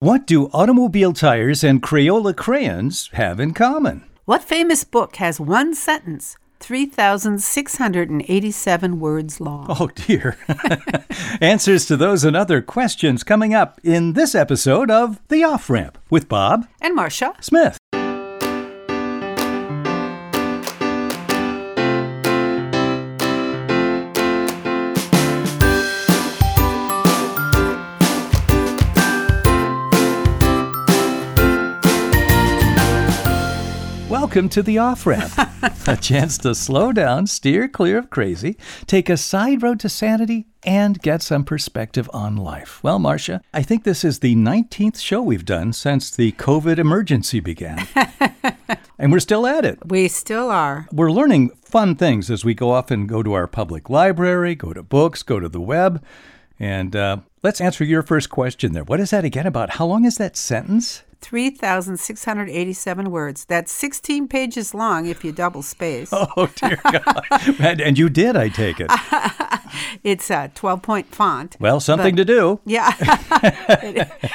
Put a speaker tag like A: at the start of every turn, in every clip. A: What do automobile tires and Crayola crayons have in common?
B: What famous book has one sentence 3,687 words long?
A: Oh dear. Answers to those and other questions coming up in this episode of The Off Ramp with Bob
B: And Marcia,
A: Smith. Welcome to the off ramp, a chance to slow down, steer clear of crazy, take a side road to sanity, and get some perspective on life. Well, Marcia, I think this is the 19th show we've done since the COVID emergency began. and we're still at it.
B: we still are.
A: We're learning fun things as we go off and go to our public library, go to books, go to the web. And uh, let's answer your first question there. What is that again about? How long is that sentence?
B: 3,687 words. That's 16 pages long if you double space.
A: Oh, dear God. and, and you did, I take it.
B: It's a 12 point font.
A: Well, something to do.
B: Yeah.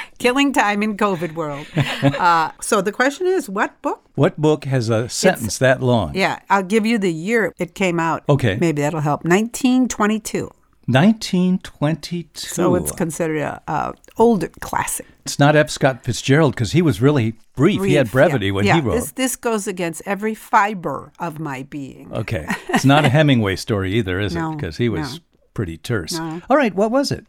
B: Killing time in COVID world. Uh, so the question is what book?
A: What book has a sentence that long?
B: Yeah, I'll give you the year it came out.
A: Okay.
B: Maybe that'll help. 1922.
A: 1922.
B: So it's considered a, a older classic.
A: It's not F. Scott Fitzgerald because he was really brief. He had
B: Brief,
A: brevity when
B: yeah,
A: he wrote.
B: This, this goes against every fiber of my being.
A: Okay. It's not a Hemingway story either, is
B: No,
A: it? Because he was
B: no.
A: pretty terse. All right, what was it?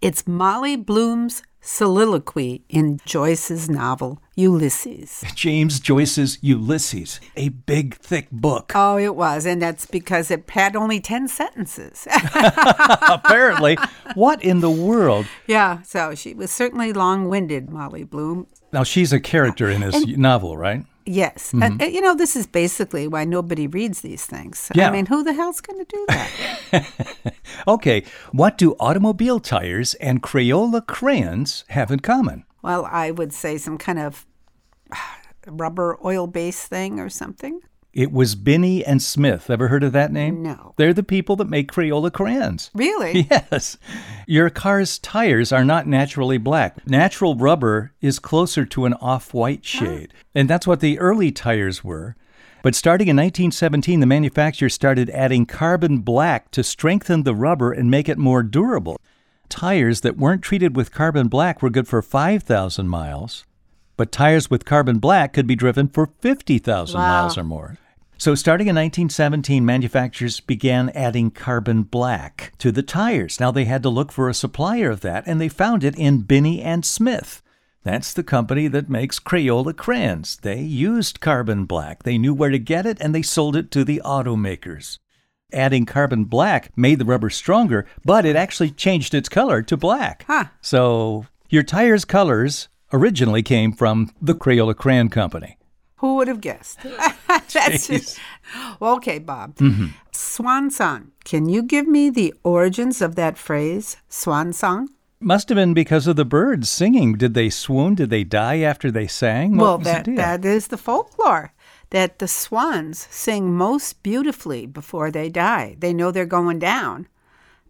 B: It's Molly Bloom's soliloquy in Joyce's novel Ulysses.
A: James Joyce's Ulysses, a big, thick book.
B: Oh, it was, and that's because it had only 10 sentences.
A: Apparently, what in the world?
B: yeah, so she was certainly long winded, Molly Bloom.
A: Now, she's a character in this novel, right?
B: Yes.
A: Mm-hmm.
B: And, and, you know, this is basically why nobody reads these things.
A: Yeah.
B: I mean, who the hell's going to do that?
A: Okay, what do automobile tires and Crayola crayons have in common?
B: well, I would say some kind of rubber oil based thing or something.
A: It was Binney and Smith. Ever heard of that name?
B: No.
A: They're the people that make Crayola crayons.
B: Really?
A: Yes. Your car's tires are not naturally black. Natural rubber is closer to an off white shade. And that's what the early tires were. But starting in 1917, the manufacturer started adding carbon black to strengthen the rubber and make it more durable. Tires that weren't treated with carbon black were good for 5,000 miles, but tires with carbon black could be driven for 50,000
B: Wow.
A: miles or more. So, starting in 1917, manufacturers began adding carbon black to the tires. Now, they had to look for a supplier of that, and they found it in Binney and Smith. That's the company that makes Crayola crayons. They used carbon black. They knew where to get it, and they sold it to the automakers. Adding carbon black made the rubber stronger, but it actually changed its color to black.
B: Huh.
A: So, your tires' colors originally came from the Crayola Crayon Company.
B: Who would have guessed? That's just, okay, Bob. Swan song. Can you give me the origins of that phrase, swan song?
A: Must have been because of the birds singing. Did they swoon? Did they die after they sang? What
B: well,
A: was the
B: that
A: deal?
B: that is the folklore that the swans sing most beautifully before they die. They know they're going down,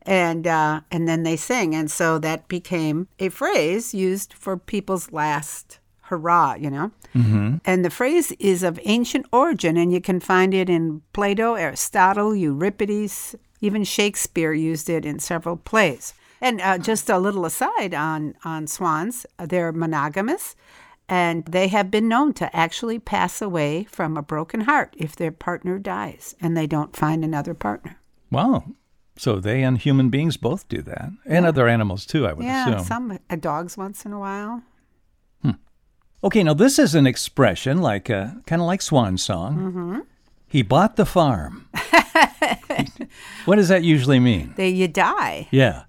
B: and uh, and then they sing, and so that became a phrase used for people's last hurrah. You know, mm-hmm. and the phrase is of ancient origin, and you can find it in Plato, Aristotle, Euripides, even Shakespeare used it in several plays. And uh, just a little aside on on swans, uh, they're monogamous. And they have been known to actually pass away from a broken heart if their partner dies and they don't find another partner.
A: Wow. So they and human beings both do that, and other animals too, I would
B: yeah,
A: assume.
B: some uh, dogs once in a while.
A: Okay, now this is an expression like uh, kind of like swan song. He bought the farm. what does that usually mean?
B: They you die,
A: Yeah,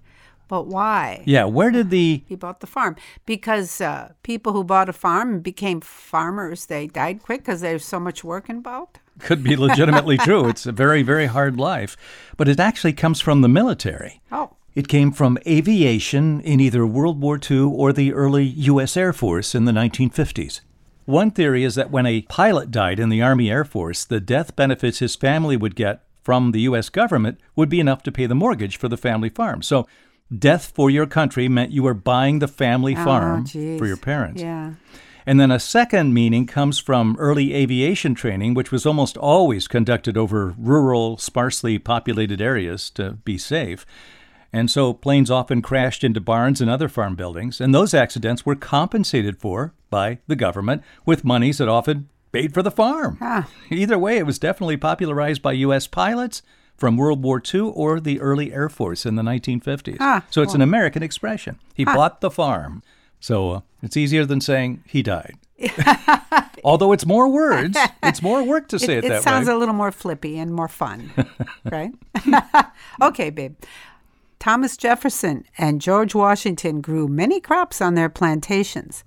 B: but why?
A: yeah. Where did the
B: He bought the farm because uh, people who bought a farm and became farmers they died quick because there's so much work involved.
A: could be legitimately true? It's a very very hard life, but it actually comes from the military.
B: Oh,
A: It came from aviation in either World War II or the early U.S. Air Force in the 1950s. One theory is that when a pilot died in the Army Air Force, the death benefits his family would get from the U.S. government would be enough to pay the mortgage for the family farm. So Death for your country meant you were buying the family
B: Oh,
A: farm
B: geez.
A: for your parents.
B: Yeah.
A: And then a second meaning comes from early aviation training, which was almost always conducted over rural, sparsely populated areas to be safe. And so planes often crashed into barns and other farm buildings, and those accidents were compensated for by the government with monies that often paid for the farm.
B: Ah.
A: Either way, it was definitely popularized by U.S. pilots from World War II or the early Air Force in the 1950s.
B: Ah,
A: so it's an American expression. He bought the farm. So uh, it's easier than saying he died. Although it's more words, it's more work to say it,
B: it
A: that
B: sounds
A: way.
B: a little more flippy and more fun, right? okay, babe. Thomas Jefferson and George Washington grew many crops on their plantations.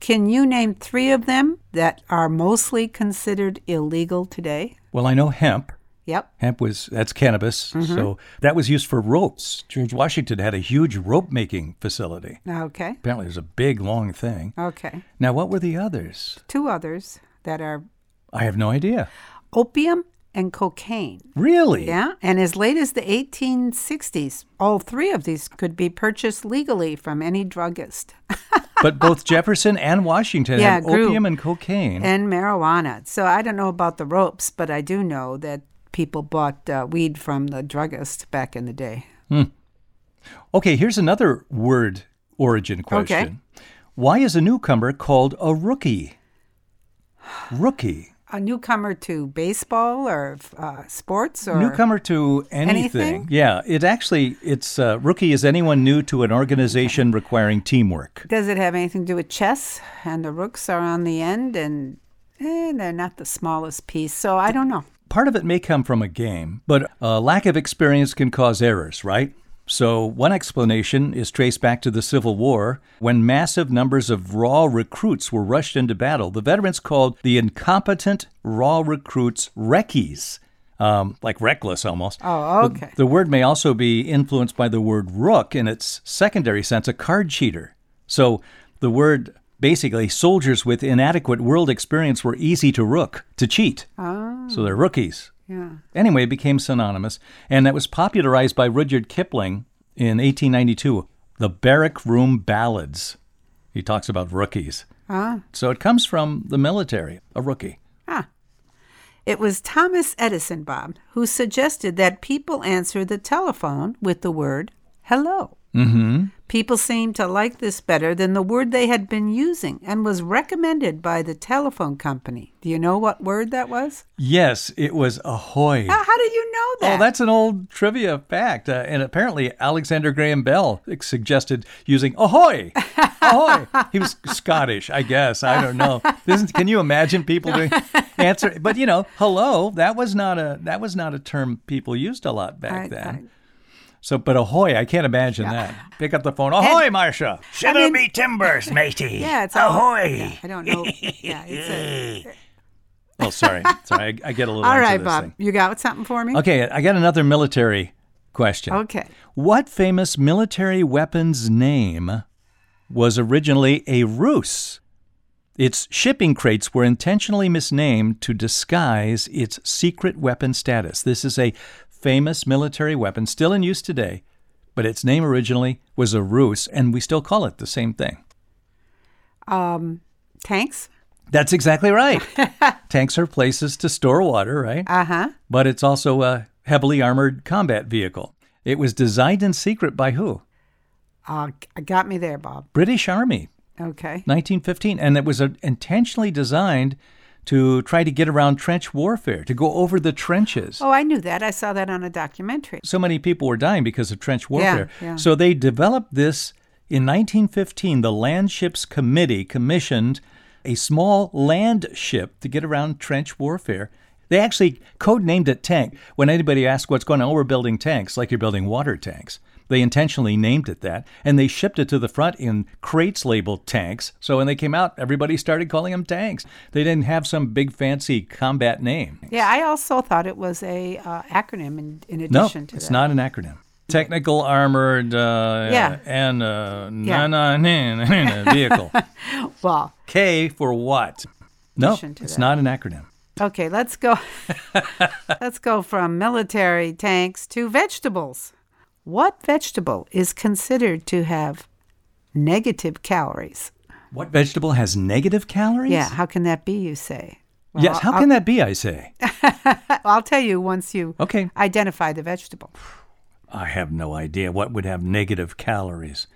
B: Can you name three of them that are mostly considered illegal today?
A: well, I know hemp.
B: Yep.
A: Hemp was that's cannabis.
B: Mm-hmm.
A: So that was used for ropes. George Washington had a huge rope making facility.
B: Okay.
A: Apparently, it was a big, long thing.
B: Okay.
A: Now, what were the others?
B: Two others that are
A: I have no idea.
B: opium and cocaine.
A: Really?
B: Yeah, and as late as the 1860s, all three of these could be purchased legally from any druggist
A: but both Jefferson and Washington
B: Yeah,
A: had
B: grew.
A: opium and cocaine.
B: and marijuana. So I don't know about the ropes, but I do know that people bought uh, weed from the druggist back in the day.
A: okay, here's another word origin question. Why is a newcomer called a rookie? Rookie.
B: A newcomer to baseball or uh, sports or
A: Newcomer to anything.
B: Anything?
A: Yeah, it actually it's uh, rookie is anyone new to an organization requiring teamwork.
B: does it have anything to do with chess? And the rooks are on the end, and eh, they're not the smallest piece. So I don't know.
A: Part of it may come from a game, but uh, lack of experience can cause errors, right? So, one explanation is traced back to the Civil War when massive numbers of raw recruits were rushed into battle. The veterans called the incompetent raw recruits reckies, um, like reckless almost.
B: Oh,
A: The-
B: okay.
A: The word may also be influenced by the word rook in its secondary sense, a card cheater. So the word basically soldiers with inadequate world experience were easy to rook, to cheat. So they're rookies.
B: Ah. Yeah.
A: Anyway, it became synonymous, and that was popularized by Rudyard Kipling in 1892, The Barrack Room Ballads. He talks about rookies.
B: Ah.
A: So it comes from the military, a rookie.
B: Ah. It was Thomas Edison, Bob, who suggested that people answer the telephone with the word hello.
A: Mm-hmm.
B: People seemed to like this better than the word they had been using and was recommended by the telephone company. Do you know what word that was?
A: Yes, it was ahoy.
B: How, how do you know that?
A: Oh, that's an old trivia fact. Uh, and apparently, Alexander Graham Bell suggested using ahoy. Ahoy. he was Scottish, I guess. I don't know. Isn't, can you imagine people doing answer? But you know, hello. That was not a that was not a term people used a lot back
B: I-
A: then. so, but ahoy, I can't imagine that. Pick up the phone. Ahoy, Marcia.
C: Shiver me timbers, matey.
B: yeah, it's all-
C: ahoy.
B: I don't know. Yeah, it's a,
A: Oh, sorry. Sorry. I, I get a little
B: all
A: into
B: right,
A: this
B: Bob.
A: thing.
B: You got something for me?
A: Okay, I got another military question.
B: Okay.
A: What famous military weapon's name was originally a ruse? Its shipping crates were intentionally misnamed to disguise its secret weapon status. This is a famous military weapon still in use today, but its name originally was a ruse, and we still call it the same thing.
B: Um, tanks?
A: That's exactly right. Tanks are places to store water, right?
B: Uh huh.
A: but it's also a heavily armored combat vehicle. It was designed in secret by who?
B: Uh, g- got me there, Bob.
A: British Army,
B: Okay.
A: 1915, and it was uh, intentionally designed to try to get around trench warfare, to go over the trenches.
B: Oh, I knew that. I saw that on a documentary.
A: So many people were dying because of trench warfare.
B: yeah.
A: So they developed this in 1915. The Land Ships Committee commissioned a small land ship to get around trench warfare. They actually codenamed it tank. When anybody asks what's going on, oh, we're building tanks, like you're building water tanks. They intentionally named it that, and they shipped it to the front in crates labeled tanks. So when they came out, everybody started calling them tanks. They didn't have some big fancy combat name.
B: Yeah, I also thought it was a uh, acronym in, in
A: No,
B: addition to
A: it's
B: that.
A: not an acronym. Technical armored uh,
B: Yeah.
A: and uh,
B: Yeah.
A: na- na- na- na- na- vehicle.
B: Well,
A: K for what? No,
B: Addition to
A: it's
B: that.
A: not an acronym.
B: okay, let's go. let's go from military tanks to vegetables. What vegetable is considered to have negative calories?
A: What vegetable has negative calories?
B: Yeah, how can that be, you say? Well,
A: Yes, how can that be, I say?
B: I'll, I'll tell you once you
A: Okay.
B: identify the vegetable.
A: I have no idea what would have negative calories.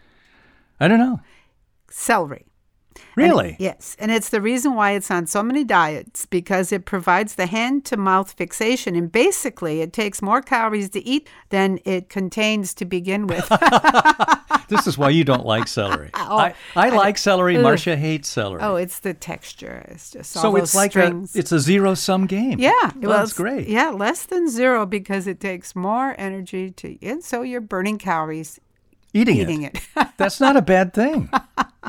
A: I don't know.
B: Celery. And-
A: Really?
B: yes. And it's the reason why it's on so many diets because it provides the hand to mouth fixation. And basically, it takes more calories to eat than it contains to begin with.
A: this is why you don't like celery. I, I like celery.
B: oh, Ugh.
A: Marcia hates celery.
B: oh, it's the texture. It's just all
A: so
B: those
A: it's like a,
B: strings.
A: it's a zero sum game.
B: yeah,
A: well,
B: well,
A: that's
B: it's-
A: great.
B: Yeah, less than zero because it takes more energy to, and so you're burning calories
A: Eating,
B: eating it.
A: That's not a bad thing.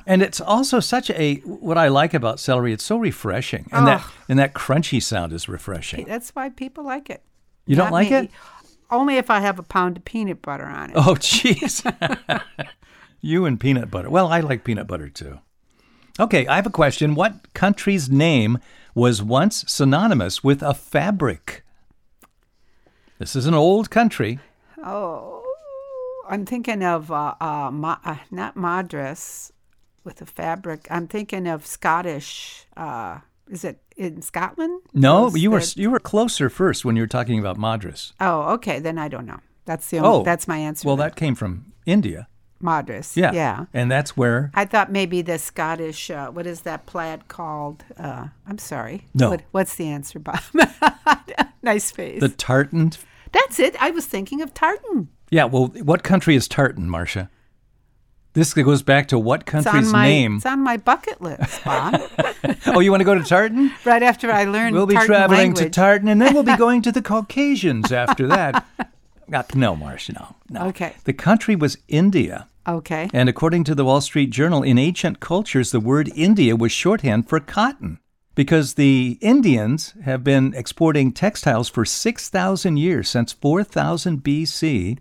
A: and it's also such a what I like about celery. It's so refreshing, and that and that crunchy sound is refreshing.
B: That's why people like it.
A: You don't
B: Not
A: like
B: me.
A: it?
B: Only if I have a pound of peanut butter on it.
A: Oh, jeez. you and peanut butter. Well, I like peanut butter too. Okay, I have a question. What country's name was once synonymous with a fabric? This is an old country.
B: Oh, I'm thinking of uh, uh, ma- uh, not Madras with a fabric. I'm thinking of Scottish. Uh, is it in Scotland?
A: No,
B: Those
A: you were
B: that-
A: you were closer first when you were talking about Madras.
B: Oh, okay. Then I don't know. That's the only,
A: Oh,
B: that's my answer.
A: Well,
B: then.
A: that came from India.
B: Madras.
A: Yeah,
B: yeah.
A: and that's where
B: I thought maybe the Scottish. Uh, what is that plaid called? Uh, I'm sorry.
A: No.
B: What, what's the answer, Bob? nice face.
A: the tartan.
B: that's it. I was thinking of tartan.
A: Yeah, well, what country is tartan, Marcia? This goes back to what
B: It's on
A: country's
B: my
A: name?
B: it's on my bucket list, Bob.
A: oh, you want to go to tartan?
B: right after I learned
A: We'll be
B: tartan
A: traveling to
B: language.
A: Tartan, and then we'll be going to the Caucasians after that. Uh, No, Marcia, no, no.
B: Okay.
A: The country was India,
B: Okay.
A: and according to the Wall Street Journal, in ancient cultures, the word India was shorthand for cotton because the Indians have been exporting textiles for 6,000 years, since 4000 BC.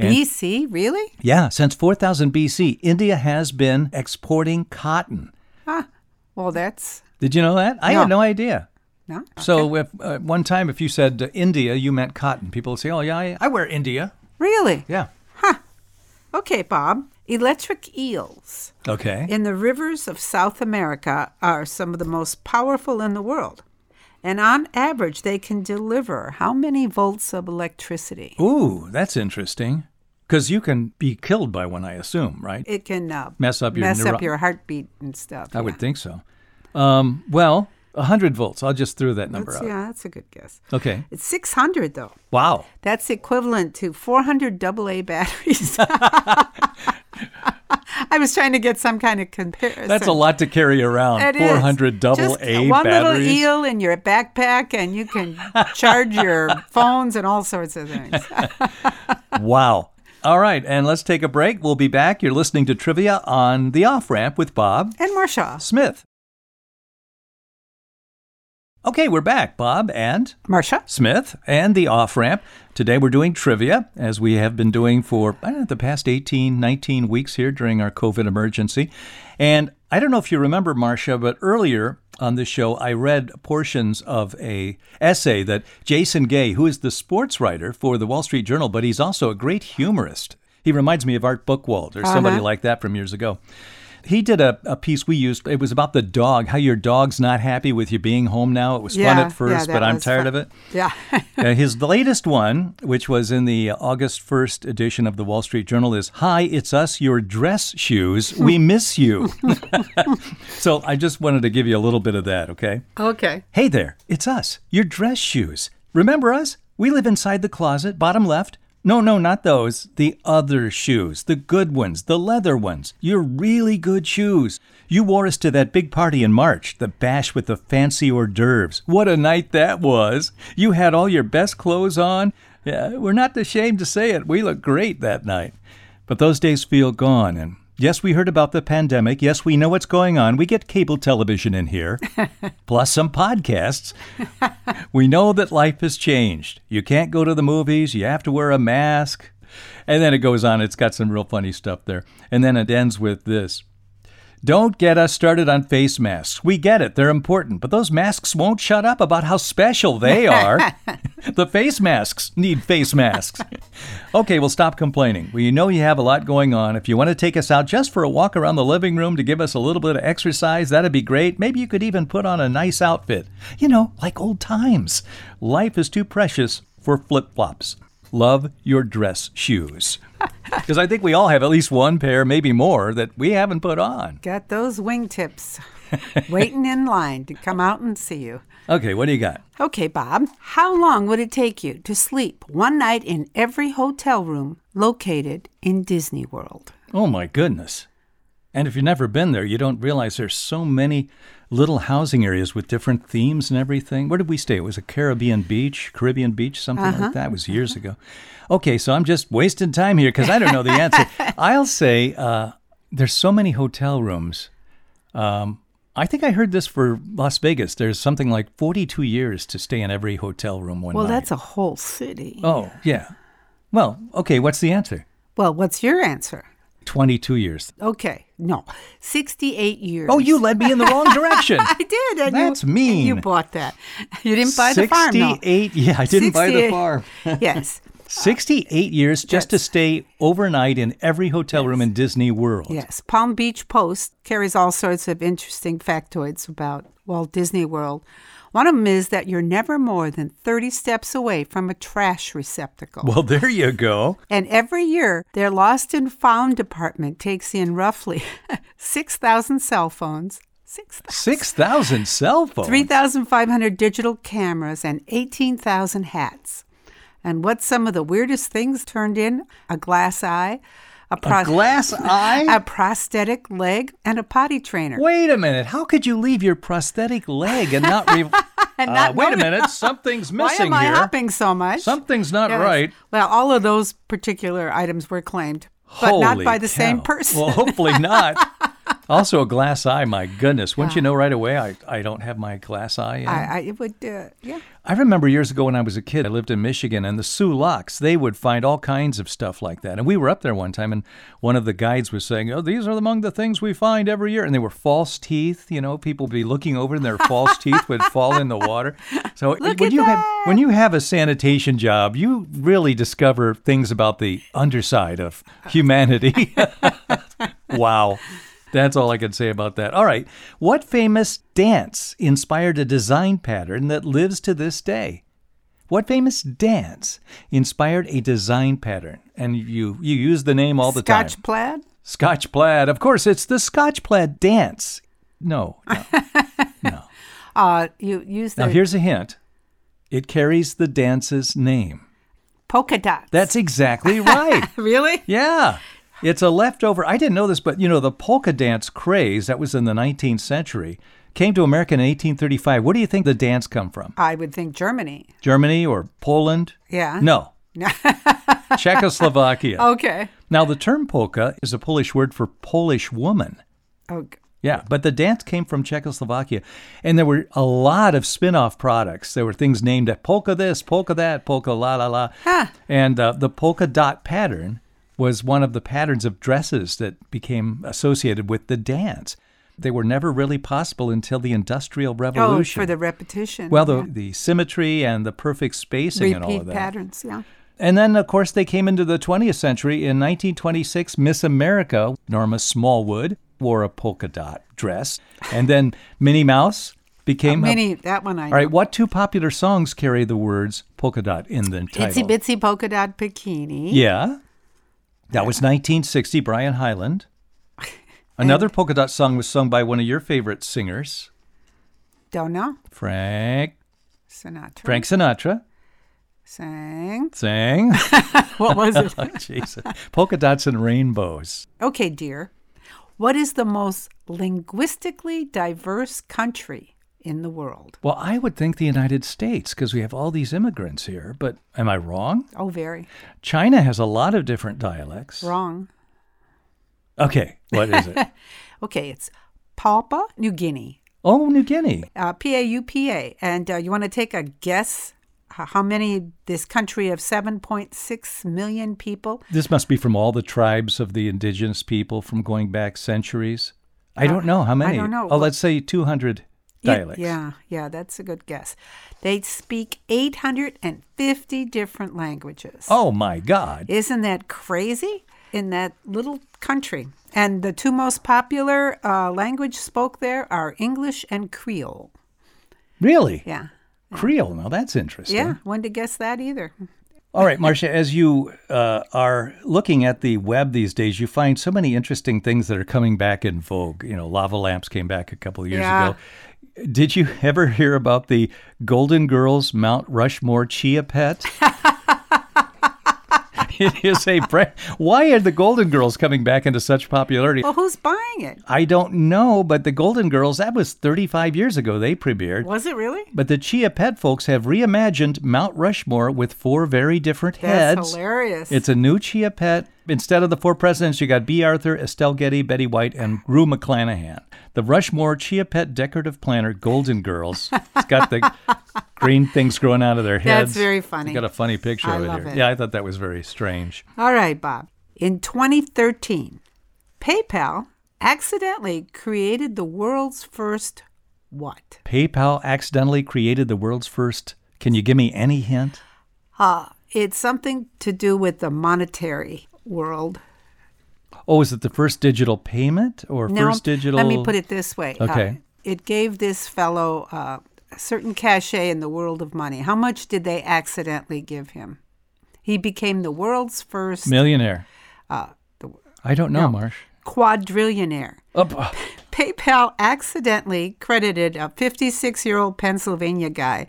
A: And-
B: BC, really?
A: Yeah, since 4000 BC, India has been exporting cotton.
B: Well, that's
A: Did you know that? I had
B: No.
A: no idea.
B: no.
A: So if uh, one time, if you said uh, India, you meant cotton. People would say, "Oh yeah, I, I wear India."
B: Really?
A: Yeah.
B: Okay, Bob. Electric eels
A: Okay.
B: in the rivers of South America are some of the most powerful in the world. And on average, they can deliver how many volts of electricity?
A: Ooh, that's interesting. Because you can be killed by one, I assume, right?
B: It can uh,
A: Mess up your
B: mess
A: neuro-
B: up your heartbeat and stuff.
A: I would think so. Um, well, hundred volts. I'll just throw that
B: yeah.
A: number
B: That's,
A: out.
B: yeah, that's a good guess.
A: Okay.
B: It's 600, though.
A: Wow.
B: That's equivalent to 400 AA batteries. I was trying to get some kind of comparison.
A: That's a lot to carry around.
B: It is.
A: Four hundred double
B: Just
A: A
B: one
A: batteries.
B: little eel in your backpack, and you can charge your phones and all sorts of things.
A: wow. All right, and let's take a break. We'll be back. You're listening to Trivia on the Off Ramp with Bob
B: And Marsha,
A: Smith. Okay, we're back, Bob and
B: Marsha,
A: Smith and the off ramp. Today we're doing trivia, as we have been doing for I don't know, the past 18, 19 weeks here during our COVID emergency. And I don't know if you remember, Marcia, but earlier on this show, I read portions of a essay that Jason Gay, who is the sports writer for the Wall Street Journal, but he's also a great humorist. He reminds me of Art Buchwald or
B: Uh-huh.
A: somebody like that from years ago. He did a, a piece we used. It was about the dog, how your dog's not happy with you being home now. It was fun
B: Yeah,
A: at first,
B: yeah,
A: but
B: that
A: I'm
B: was
A: tired
B: fun.
A: of it.
B: yeah,
A: Uh, his latest one, which was in the August 1st edition of the Wall Street Journal, is Hi, it's us, your dress shoes. We miss you. so I just wanted to give you a little bit of that, okay?
B: okay,
A: Hey there, it's us, your dress shoes. Remember us? We live inside the closet, bottom left. No, no, not those. The other shoes, the good ones, the leather ones. Your really good shoes. You wore us to that big party in March, the bash with the fancy hors d'oeuvres. What a night that was. You had all your best clothes on. Yeah, we're not ashamed to say it. We looked great that night. But those days feel gone. And yes, we heard about the pandemic. Yes, we know what's going on. We get cable television in here, plus some podcasts. we know that life has changed. You can't go to the movies, you have to wear a mask. And then it goes on. It's got some real funny stuff there. And then it ends with this Don't get us started on face masks. We get it, they're important, but those masks won't shut up about how special they are. the face masks need face masks. okay, well, stop complaining. Well, you know you have a lot going on. If you want to take us out just for a walk around the living room to give us a little bit of exercise, that'd be great. Maybe you could even put on a nice outfit. You know, like old times. Life is too precious for flip flops. Love your dress shoes. Because I think we all have at least one pair, maybe more, that we haven't put on.
B: Got those wingtips waiting in line to come out and see you.
A: Okay, what do you got?
B: Okay, Bob, how long would it take you to sleep one night in every hotel room located in Disney World?
A: Oh my goodness. And if you've never been there, you don't realize there's so many little housing areas with different themes and everything. Where did we stay? It was a Caribbean beach, Caribbean beach, something
B: Uh-huh,
A: like that. It was years ago. Okay, so I'm just wasting time here because I don't know the answer. I'll say uh, there's so many hotel rooms. Um, I think I heard this for Las Vegas. There's something like 42 years to stay in every hotel room one
B: Well,
A: night.
B: that's a whole city.
A: Oh, yeah. Well, okay, what's the answer?
B: Well, what's your answer?
A: 22 years.
B: Okay, no, 68 years.
A: Oh, you led me in the wrong direction.
B: I did. And
A: That's
B: you, and You
A: mean.
B: bought that. You didn't buy the farm, no.
A: 68 yeah i didn't buy the
B: 68
A: farm
B: yes,
A: 68 years just to stay overnight in every hotel room in disney world
B: yes. Palm Beach Post carries all sorts of interesting factoids about Walt Disney World. One of them is that you're never more than 30 steps away from a trash receptacle.
A: well there you go
B: And every year, their lost and found department takes in roughly 6,000 cell phones, 6,000.
A: 6000 cell phones
B: 3,500 digital cameras and 18,000 hats. And what's some of the weirdest things turned in? A glass eye, a,
A: a
B: pros-
A: glass eye
B: a prosthetic leg, and a potty trainer.
A: wait a minute how could you leave your prosthetic leg and not re-
B: And
A: Uh,
B: not
A: wait a
B: notice-
A: minute something's
B: Why
A: missing
B: am I
A: here
B: hopping so much?
A: something's not
B: Yes.
A: right
B: Well, all of those particular items were claimed, but not
A: Holy
B: by the same
A: cow.
B: person.
A: Well, hopefully not. also, a glass eye. My goodness, wouldn't you know right away? I, I don't have my glass eye. In.
B: I, I it would, uh, yeah.
A: I remember years ago when I was a kid, I lived in Michigan, and the Sioux Locks, they would find all kinds of stuff like that. And we were up there one time, and one of the guides was saying, Oh, these are among the things we find every year. And they were false teeth. You know, people would be looking over, and their false teeth would fall in the water. So when,
B: at
A: you Have, when you have a sanitation job, you really discover things about the underside of humanity. wow. That's all I can say about that. All right. What famous dance inspired a design pattern that lives to this day? What famous dance inspired a design pattern? And you you use the name all the
B: Scotch
A: time.
B: plaid?
A: Scotch plaid. Of course, it's the Scotch plaid dance. No. no.
B: Uh, you use
A: now
B: the
A: here's a hint. It carries the dance's name.
B: polka dots.
A: That's exactly right.
B: really?
A: Yeah. It's a leftover. I didn't know this, but you know, the polka dance craze that was in the 19th century came to America in 1835. Where do you think the dance come from?
B: I would think Germany.
A: Germany or Poland?
B: Yeah.
A: No. Czechoslovakia.
B: Okay.
A: Now, the term polka is a Polish word for Polish woman.
B: Okay.
A: Yeah, but the dance came from Czechoslovakia, and there were a lot of spin-off products. There were things named polka this, polka that, polka la la la, and uh, the polka dot pattern was one of the patterns of dresses that became associated with the dance. They were never really possible until the Industrial
B: Oh,
A: Revolution.
B: for the repetition.
A: well, the,
B: yeah.
A: the symmetry and the perfect spacing and all
B: repeat
A: of that.
B: patterns. Yeah.
A: And then, of course, they came into the 20th century. In 1926, Miss America, Norma Smallwood, wore a polka dot dress. And then Minnie Mouse became. a-
B: Mini that one I
A: all right, what two popular songs carry the words polka dot in the
B: know.
A: title?
B: Itsy bitsy polka dot bikini.
A: Yeah. That was 1960, Brian Hyland. Another polka dot song was sung by one of your favorite singers,
B: Don't know.
A: Frank
B: Sinatra.
A: Frank Sinatra.
B: Sang.
A: Sang. Oh,
B: What was it?
A: Jesus. Polka dots and rainbows.
B: okay, dear. What is the most linguistically diverse country in the world?
A: Well, I would think the United States because we have all these immigrants here, but am I wrong?
B: Oh, very
A: China has a lot of different dialects.
B: wrong.
A: Okay, what is it?
B: Okay, it's Papua New Guinea.
A: oh, New Guinea.
B: Uh, P A U P A. And uh, you want to take a guess h- how many this country of 7.6 million people
A: This must be from all the tribes of the indigenous people from going back centuries. I don't know how many.
B: Uh, don't know.
A: Oh, let's say 200
B: Yeah,
A: dialects.
B: Yeah, yeah, that's a good guess. They speak 850 different languages.
A: Oh my God.
B: Isn't that crazy? In that little country. And the two most popular uh, language spoke there are English and Creole.
A: Really?
B: Yeah.
A: Creole. Now that's interesting.
B: Yeah, one to guess that either.
A: All right, Marcia, as you uh, are looking at the web these days, you find so many interesting things that are coming back in vogue. You know, lava lamps came back a couple of years
B: Yeah.
A: ago. Did you ever hear about the Golden Girls Mount Rushmore chia pet? it is a brand. Why are the Golden Girls coming back into such popularity?
B: Well, who's buying it?
A: I don't know, but the Golden Girls, that was 35 years ago they premiered.
B: Was it really?
A: But the Chia Pet folks have reimagined Mount Rushmore with four very different
B: That's
A: heads.
B: hilarious.
A: It's a new Chia Pet. Instead of the four presidents, you got B. Arthur, Estelle Getty, Betty White, and Rue McClanahan. The Rushmore Chia Pet decorative planner, Golden Girls. It's got the green things growing out of their heads.
B: That's very funny.
A: You got a funny picture
B: I
A: of it
B: love
A: here.
B: it.
A: Yeah, I thought that was very strange.
B: All right, Bob. In 2013, PayPal accidentally created the world's first what?
A: PayPal accidentally created the world's first. Can you give me any hint?
B: Uh, it's something to do with the monetary world.
A: Oh, is it the first digital payment or
B: Now,
A: first digital?
B: Let me put it this way. Uh,
A: Okay.
B: it gave this fellow uh, a certain cachet in the world of money. How much did they accidentally give him? He became the world's first
A: Millionaire.
B: Uh,
A: I don't know, Marsh.
B: quadrillionaire.
A: Up. uh,
B: PayPal accidentally credited a 56 year old Pennsylvania guy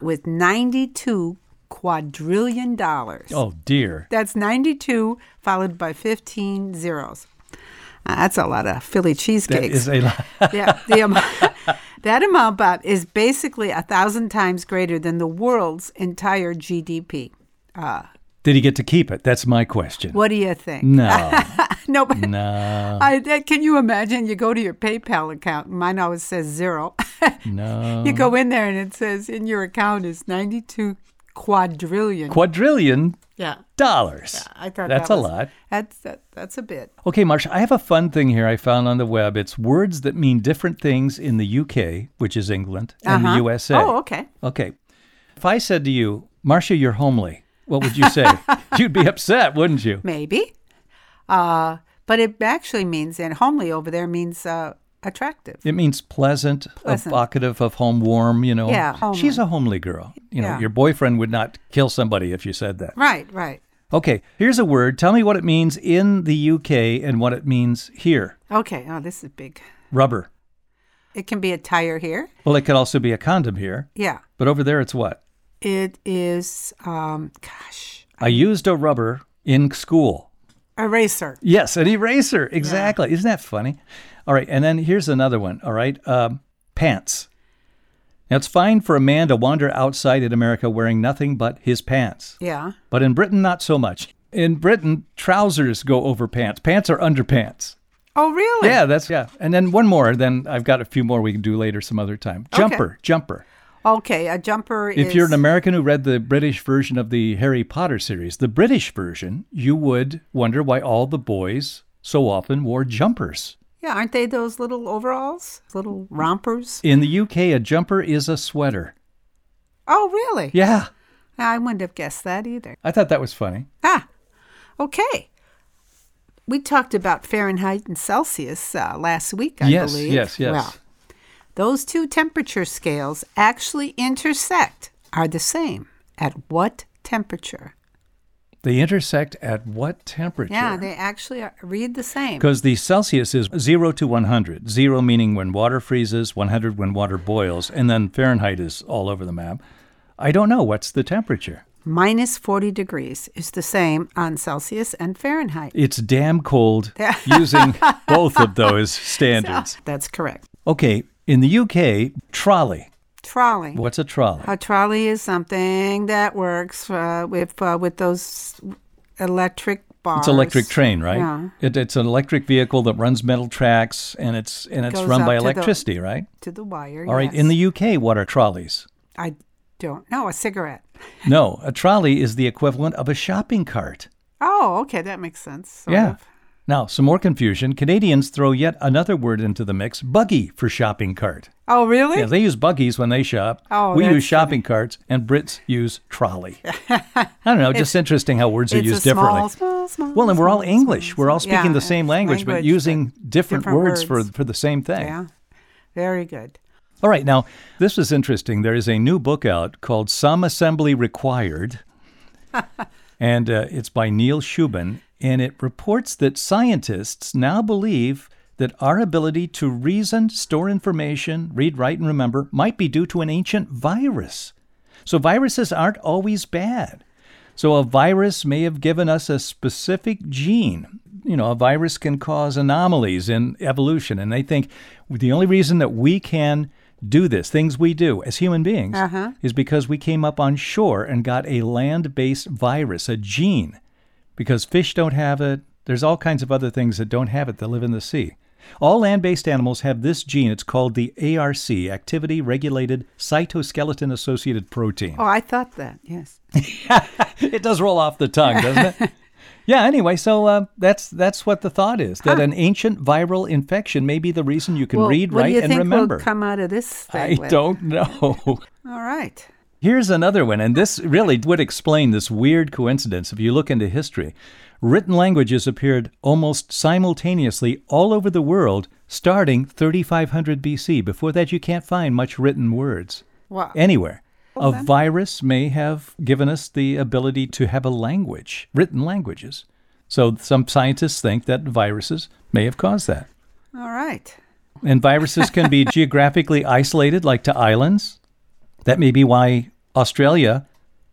B: with 92 quadrillion dollars.
A: Oh dear.
B: That's 92 followed by 15 zeros. Uh, that's a lot of Philly
A: That
B: cheesecakes.
A: is a lot.
B: yeah, the amount, that amount, Bob, is basically a thousand times greater than the world's entire GDP.
A: Did he get to keep it? That's my question.
B: What do you think?
A: No,
B: no, but
A: no,
B: I, that, can you imagine? You go to your PayPal account, and mine always says zero.
A: no.
B: You go in there and it says in your account is 92 quadrillion.
A: Quadrillion
B: yeah.
A: dollars.
B: I thought
A: that's
B: that
A: a
B: was-
A: lot.
B: That's that, that's a bit.
A: Okay, Marsha, I have a fun thing here I found on the web. It's words that mean different things in the UK, which is England, and
B: Uh-huh.
A: the USA.
B: Oh, okay.
A: Okay. If I said to you, Marcia, you're homely, what would you say? You'd be upset, wouldn't you?
B: Maybe. Uh, but it actually means and homely over there means uh, attractive.
A: It means pleasant,
B: Pleasant.
A: evocative of home, warm, you know.
B: Yeah, homely.
A: She's a homely girl. You know,
B: Yeah.
A: your boyfriend would not kill somebody if you said that.
B: Right, right.
A: Okay, here's a word. Tell me what it means in the UK and what it means here.
B: Okay. Oh, this is big.
A: Rubber.
B: It can be a tire here.
A: Well, it could also be a condom here,
B: Yeah.
A: but over there it's what?
B: It is um gosh,
A: I used a rubber in school.
B: eraser.
A: Yes, an eraser. Exactly. Isn't that funny? All right, and then here's another one. All right, um, pants. Now, it's fine for a man to wander outside in America wearing nothing but his pants.
B: Yeah.
A: But in Britain, not so much. In Britain, trousers go over pants. Pants are underpants.
B: Oh, really?
A: Yeah, that's yeah. And then one more. Then I've got a few more we can do later some other time.
B: Okay.
A: Jumper, jumper.
B: Okay, a jumper
A: If
B: is
A: you're an American who read the British version of the Harry Potter series, the British version, you would wonder why all the boys so often wore jumpers.
B: Yeah, aren't they those little overalls? Little rompers?
A: In the UK, a jumper is a sweater.
B: Oh, really?
A: Yeah,
B: I wouldn't have guessed that either.
A: I thought that was funny.
B: Ah, okay. We talked about Fahrenheit and Celsius uh, last week, I
A: yes,
B: believe.
A: yes, yes,
B: Well, those two temperature scales actually intersect, are the same. At what temperature?
A: They intersect at what temperature?
B: Yeah, they actually are, read the same.
A: Because the Celsius is 0 to 100. 0 meaning when water freezes, 100 when water boils, and then Fahrenheit is all over the map. I don't know. What's the temperature?
B: Minus 40 degrees is the same on Celsius and Fahrenheit.
A: It's damn cold using both of those standards.
B: That's correct.
A: Okay, in the UK, trolley.
B: Trolley.
A: What's a trolley?
B: A trolley is something that works uh, with uh, with those electric bars.
A: It's electric train, right?
B: Yeah.
A: It, it's an electric vehicle that runs metal tracks and it's and it's
B: Goes
A: run
B: up
A: by
B: to the-
A: electricity, right?
B: to the wire.
A: All right, in the UK, what are trolleys?
B: I don't know a cigarette.
A: No, a trolley is the equivalent of a shopping cart.
B: Oh, okay, that makes sense. sort
A: yeah.
B: of.
A: Now, some more confusion. Canadians throw yet another word into the mix buggy for shopping cart.
B: Oh, really?
A: Yeah, they use buggies when they shop.
B: Oh,
A: we
B: that's
A: use shopping carts, and Brits use trolley. I don't know, just interesting how words are
B: it's
A: used
B: a small,
A: differently.
B: small, small.
A: well, and we're all
B: small,
A: English.
B: small,
A: We're all
B: small-
A: speaking
B: yeah,
A: the same
B: it's
A: language, but using different,
B: different
A: words,
B: words.
A: For, for the same thing.
B: Yeah, very good.
A: All right, now, this is interesting. There is a new book out called Some Assembly Required, and uh, it's by Neil Shubin, and it reports that scientists now believe that our ability to reason, store information, read, write, and remember might be due to an ancient virus. So, viruses aren't always bad. So, a virus may have given us a specific gene. You know, a virus can cause anomalies in evolution. And they think the only reason that we can do this, things we do as human beings,
B: Uh-huh.
A: is because we came up on shore and got a land based virus, a gene, because fish don't have it. There's all kinds of other things that don't have it that live in the sea. All land based animals have this gene. It's called the ARC, Activity Regulated Cytoskeleton Associated Protein
B: Oh, I thought that. Yes.
A: it does roll off the tongue, doesn't it? yeah. Anyway, so uh, that's that's what the thought is that an ancient viral infection may be the reason you can
B: Well,
A: read,
B: what do
A: write,
B: you
A: and
B: think
A: remember.
B: Will come out of this thing.
A: I
B: with?
A: don't know.
B: All right.
A: Here's another one, and this really would explain this weird coincidence if you look into history. Written languages appeared almost simultaneously all over the world starting 3500 BC. Before that, you can't find much written words
B: Wow.
A: anywhere.
B: Well,
A: a
B: then-
A: virus may have given us the ability to have a language, written languages. So some scientists think that viruses may have caused that.
B: All right.
A: And viruses can be geographically isolated, like to islands. That may be why Australia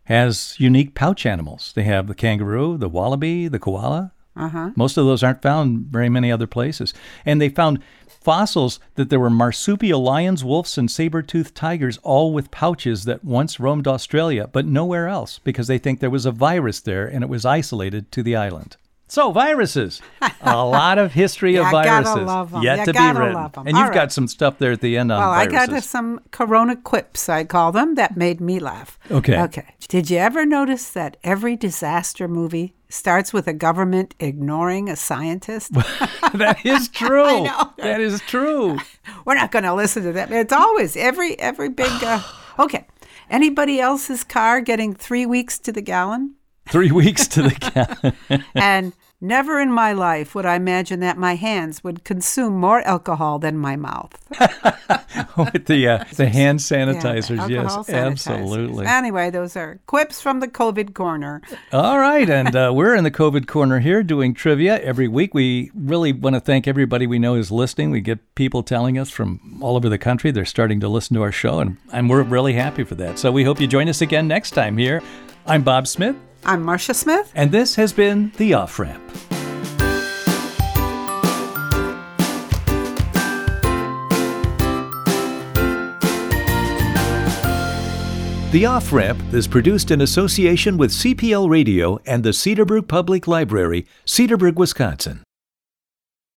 A: has unique pouch animals. They have the kangaroo, the wallaby, the koala.
B: Uh-huh.
A: Most of those aren't found very many other places. And they found fossils that there were marsupial lions, wolves, and saber toothed tigers, all with pouches that once roamed Australia, but nowhere else, because they think there was a virus there and it was isolated to the island. So, viruses. a lot of history of
B: You gotta
A: viruses
B: love 'em.
A: yet
B: You
A: to
B: gotta
A: be written.
B: love 'em.
A: And
B: All
A: you've got
B: right.
A: some stuff there at the end on
B: Well, I
A: viruses.
B: got some corona quips, I call them, that made me laugh.
A: Okay.
B: Okay. Did you ever notice that every disaster movie starts with a government ignoring a scientist?
A: that is true.
B: know.
A: That is true.
B: We're not going to listen to that. It's always every every big. Uh, okay. Anybody else's car getting three weeks to the gallon?
A: Three weeks to the count.
B: and never in my life would I imagine that my hands would consume more alcohol than my mouth.
A: with the, uh, the hand
B: Yeah,
A: sanitizers. yes,
B: alcohol sanitizers.
A: absolutely.
B: Anyway, those are quips from the COVID corner.
A: All right, and uh, we're in the COVID corner here doing trivia every week. We really want to thank everybody we know is listening. We get people telling us from all over the country they're starting to listen to our show, and, and we're really happy for that. So we hope you join us again next time here. I'm Bob Smith,
B: I'm Marcia Smith.
A: and this has been The Off Ramp. The Off Ramp is produced in association with CPL Radio and the Cedarbrook Public Library, Cedarburg, Wisconsin.